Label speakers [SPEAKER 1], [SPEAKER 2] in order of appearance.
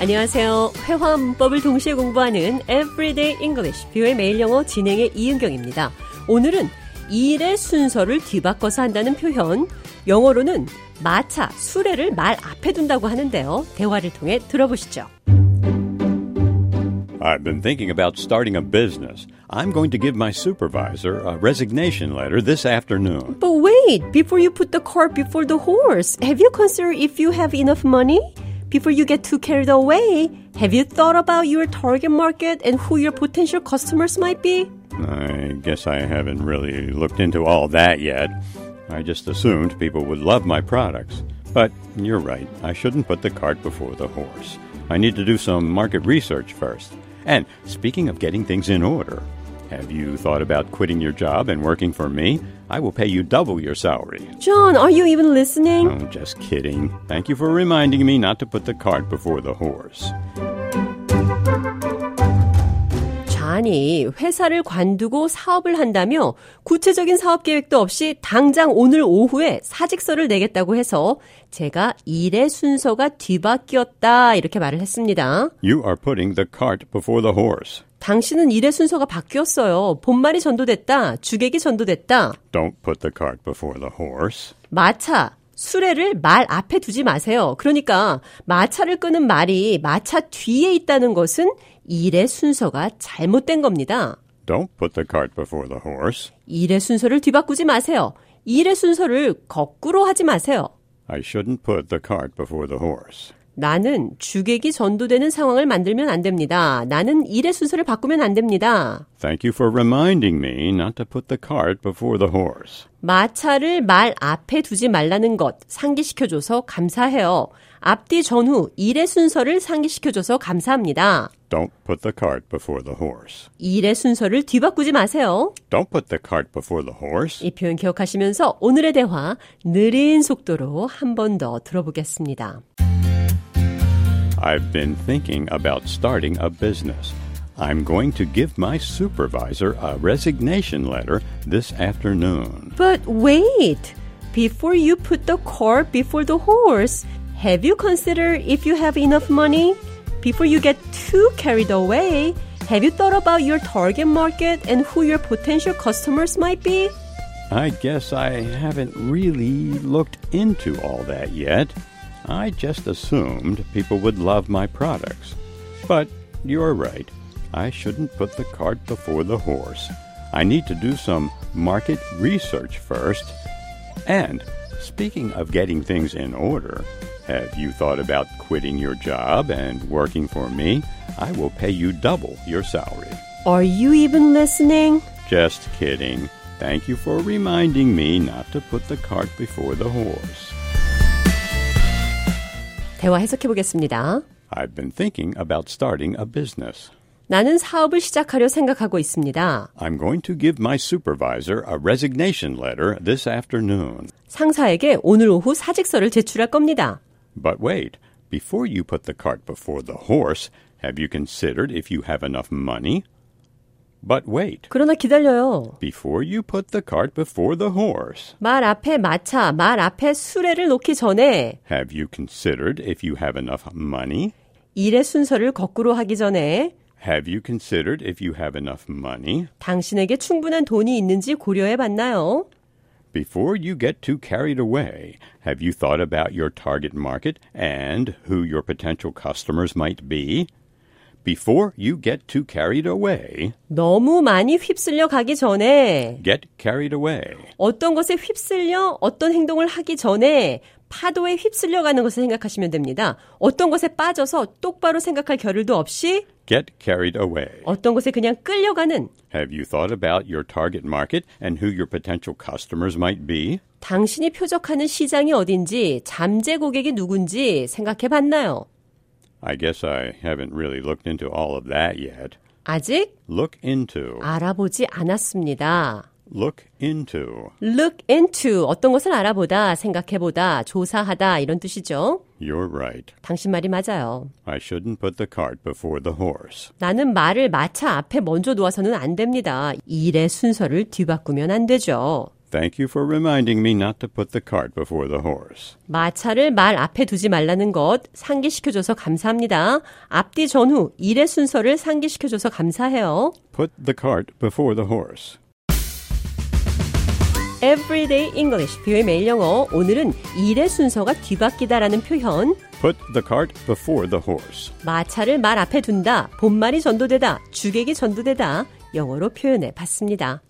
[SPEAKER 1] 안녕하세요. 회화 문법을 동시에 공부하는 Everyday English 뷰의 매일 영어 진행의 이은경입니다. 오늘은 일의 순서를 뒤바꿔서 한다는 표현, 영어로는 마차, 수레를 말 앞에 둔다고 하는데요. 대화를 통해 들어보시죠.
[SPEAKER 2] I've been thinking about starting a business. I'm going to give my supervisor a resignation letter this afternoon.
[SPEAKER 1] But wait, before you put the cart before the horse, have you considered if you have enough money? Before you get too carried away, have you thought about your target market and who your potential customers might be?
[SPEAKER 2] I guess I haven't really looked into all that yet. I just assumed people would love my products. But you're right, I shouldn't put the cart before the horse. I need to do some market research first. And speaking of getting things in order, have you thought about quitting your job and working for me? I will pay you double your salary.
[SPEAKER 1] John, are you even listening?
[SPEAKER 2] Oh, just kidding. Thank you for reminding me not to put the cart before the horse.
[SPEAKER 1] 잔이 회사를 관두고 사업을 한다며 구체적인 사업 계획도 없이 당장 오늘 오후에 사직서를 내겠다고 해서 제가 일의 순서가 뒤바뀌었다 이렇게 말을 했습니다.
[SPEAKER 2] You are putting the cart before the horse.
[SPEAKER 1] 당신은 일의 순서가 바뀌었어요. 본말이 전도됐다. 주객이 전도됐다.
[SPEAKER 2] Don't put the cart before the horse.
[SPEAKER 1] 마차. 수레를 말 앞에 두지 마세요. 그러니까 마차를 끄는 말이 마차 뒤에 있다는 것은 일의 순서가 잘못된 겁니다.
[SPEAKER 2] Don't put the cart before the horse.
[SPEAKER 1] 일의 순서를 뒤바꾸지 마세요. 일의 순서를 거꾸로 하지 마세요.
[SPEAKER 2] I shouldn't put the cart before the horse.
[SPEAKER 1] 나는 주객이 전도되는 상황을 만들면 안 됩니다. 나는 일의 순서를 바꾸면 안 됩니다.
[SPEAKER 2] Thank you for reminding me not to put the cart before the horse.
[SPEAKER 1] 마차를 말 앞에 두지 말라는 것 상기시켜줘서 감사해요. 앞뒤 전후 일의 순서를 상기시켜줘서 감사합니다.
[SPEAKER 2] Don't put the cart before the horse.
[SPEAKER 1] 일의 순서를 뒤바꾸지 마세요.
[SPEAKER 2] Don't put the cart before the horse.
[SPEAKER 1] 이 표현 기억하시면서 오늘의 대화 느린 속도로 한 번 더 들어보겠습니다.
[SPEAKER 2] I've been thinking about starting a business. I'm going to give my supervisor a resignation letter this afternoon.
[SPEAKER 1] But wait! Before you put the cart before the horse, have you considered if you have enough money? Before you get too carried away, have you thought about your target market and who your potential customers might be?
[SPEAKER 2] I guess I haven't really looked into all that yet. I just assumed people would love my products. But you're right. I shouldn't put the cart before the horse. I need to do some market research first. And speaking of getting things in order, have you thought about quitting your job and working for me? I will pay you double your salary.
[SPEAKER 1] Are you even listening?
[SPEAKER 2] Just kidding. Thank you for reminding me not to put the cart before the horse.
[SPEAKER 1] 대화 해석해 보겠습니다.
[SPEAKER 2] I've been thinking about starting a business.
[SPEAKER 1] 나는 사업을 시작하려 생각하고 있습니다.
[SPEAKER 2] I'm going to give my supervisor a resignation letter this afternoon.
[SPEAKER 1] 상사에게 오늘 오후 사직서를 제출할 겁니다.
[SPEAKER 2] But wait, before you put the cart before the horse, have you considered if you have enough money? But wait,
[SPEAKER 1] 그러나 기다려요.
[SPEAKER 2] before you put the cart before the horse,
[SPEAKER 1] 말 앞에 마차, 말 앞에 수레를 놓기 전에
[SPEAKER 2] have you considered if you have enough money?
[SPEAKER 1] 일의 순서를 거꾸로 하기 전에
[SPEAKER 2] Have you considered if you have enough money?
[SPEAKER 1] 당신에게 충분한 돈이 있는지 고려해 봤나요?
[SPEAKER 2] Before you get too carried away, have you thought about your target market and who your potential customers might be? Before you get too carried away,
[SPEAKER 1] 너무 많이 휩쓸려 가기 전에
[SPEAKER 2] get carried away.
[SPEAKER 1] 어떤 것에 휩쓸려 어떤 행동을 하기 전에 파도에 휩쓸려 가는 것을 생각하시면 됩니다. 어떤 것에 빠져서 똑바로 생각할 겨를도 없이
[SPEAKER 2] Get carried away.
[SPEAKER 1] 어떤 것에 그냥 끌려가는
[SPEAKER 2] Have you thought about your target market and who your potential customers might be?
[SPEAKER 1] 당신이 표적하는 시장이 어딘지 잠재 고객이 누군지 생각해 봤나요?
[SPEAKER 2] I guess I haven't really looked into all of that yet.
[SPEAKER 1] 아직
[SPEAKER 2] Look into.
[SPEAKER 1] 알아보지 않았습니다.
[SPEAKER 2] Look into.
[SPEAKER 1] look into 어떤 것을 알아보다, 생각해보다, 조사하다 이런 뜻이죠.
[SPEAKER 2] You're right.
[SPEAKER 1] 당신 말이 맞아요.
[SPEAKER 2] I shouldn't put the cart before the horse.
[SPEAKER 1] 나는 말을 마차 앞에 먼저 놓아서는 안 됩니다. 일의 순서를 뒤바꾸면 안 되죠.
[SPEAKER 2] Thank you for reminding me not to put the cart before the horse.
[SPEAKER 1] 마차를 말 앞에 두지 말라는 것 상기시켜줘서 감사합니다. 앞뒤 전후 일의 순서를 상기시켜줘서 감사해요.
[SPEAKER 2] Put the cart before the horse.
[SPEAKER 1] Everyday English, 뷰의 매일 영어. 오늘은 일의 순서가 뒤바뀌다라는 표현,
[SPEAKER 2] Put the cart before the horse.
[SPEAKER 1] 마차를 말 앞에 둔다, 본말이 전도되다, 주객이 전도되다 영어로 표현해 봤습니다.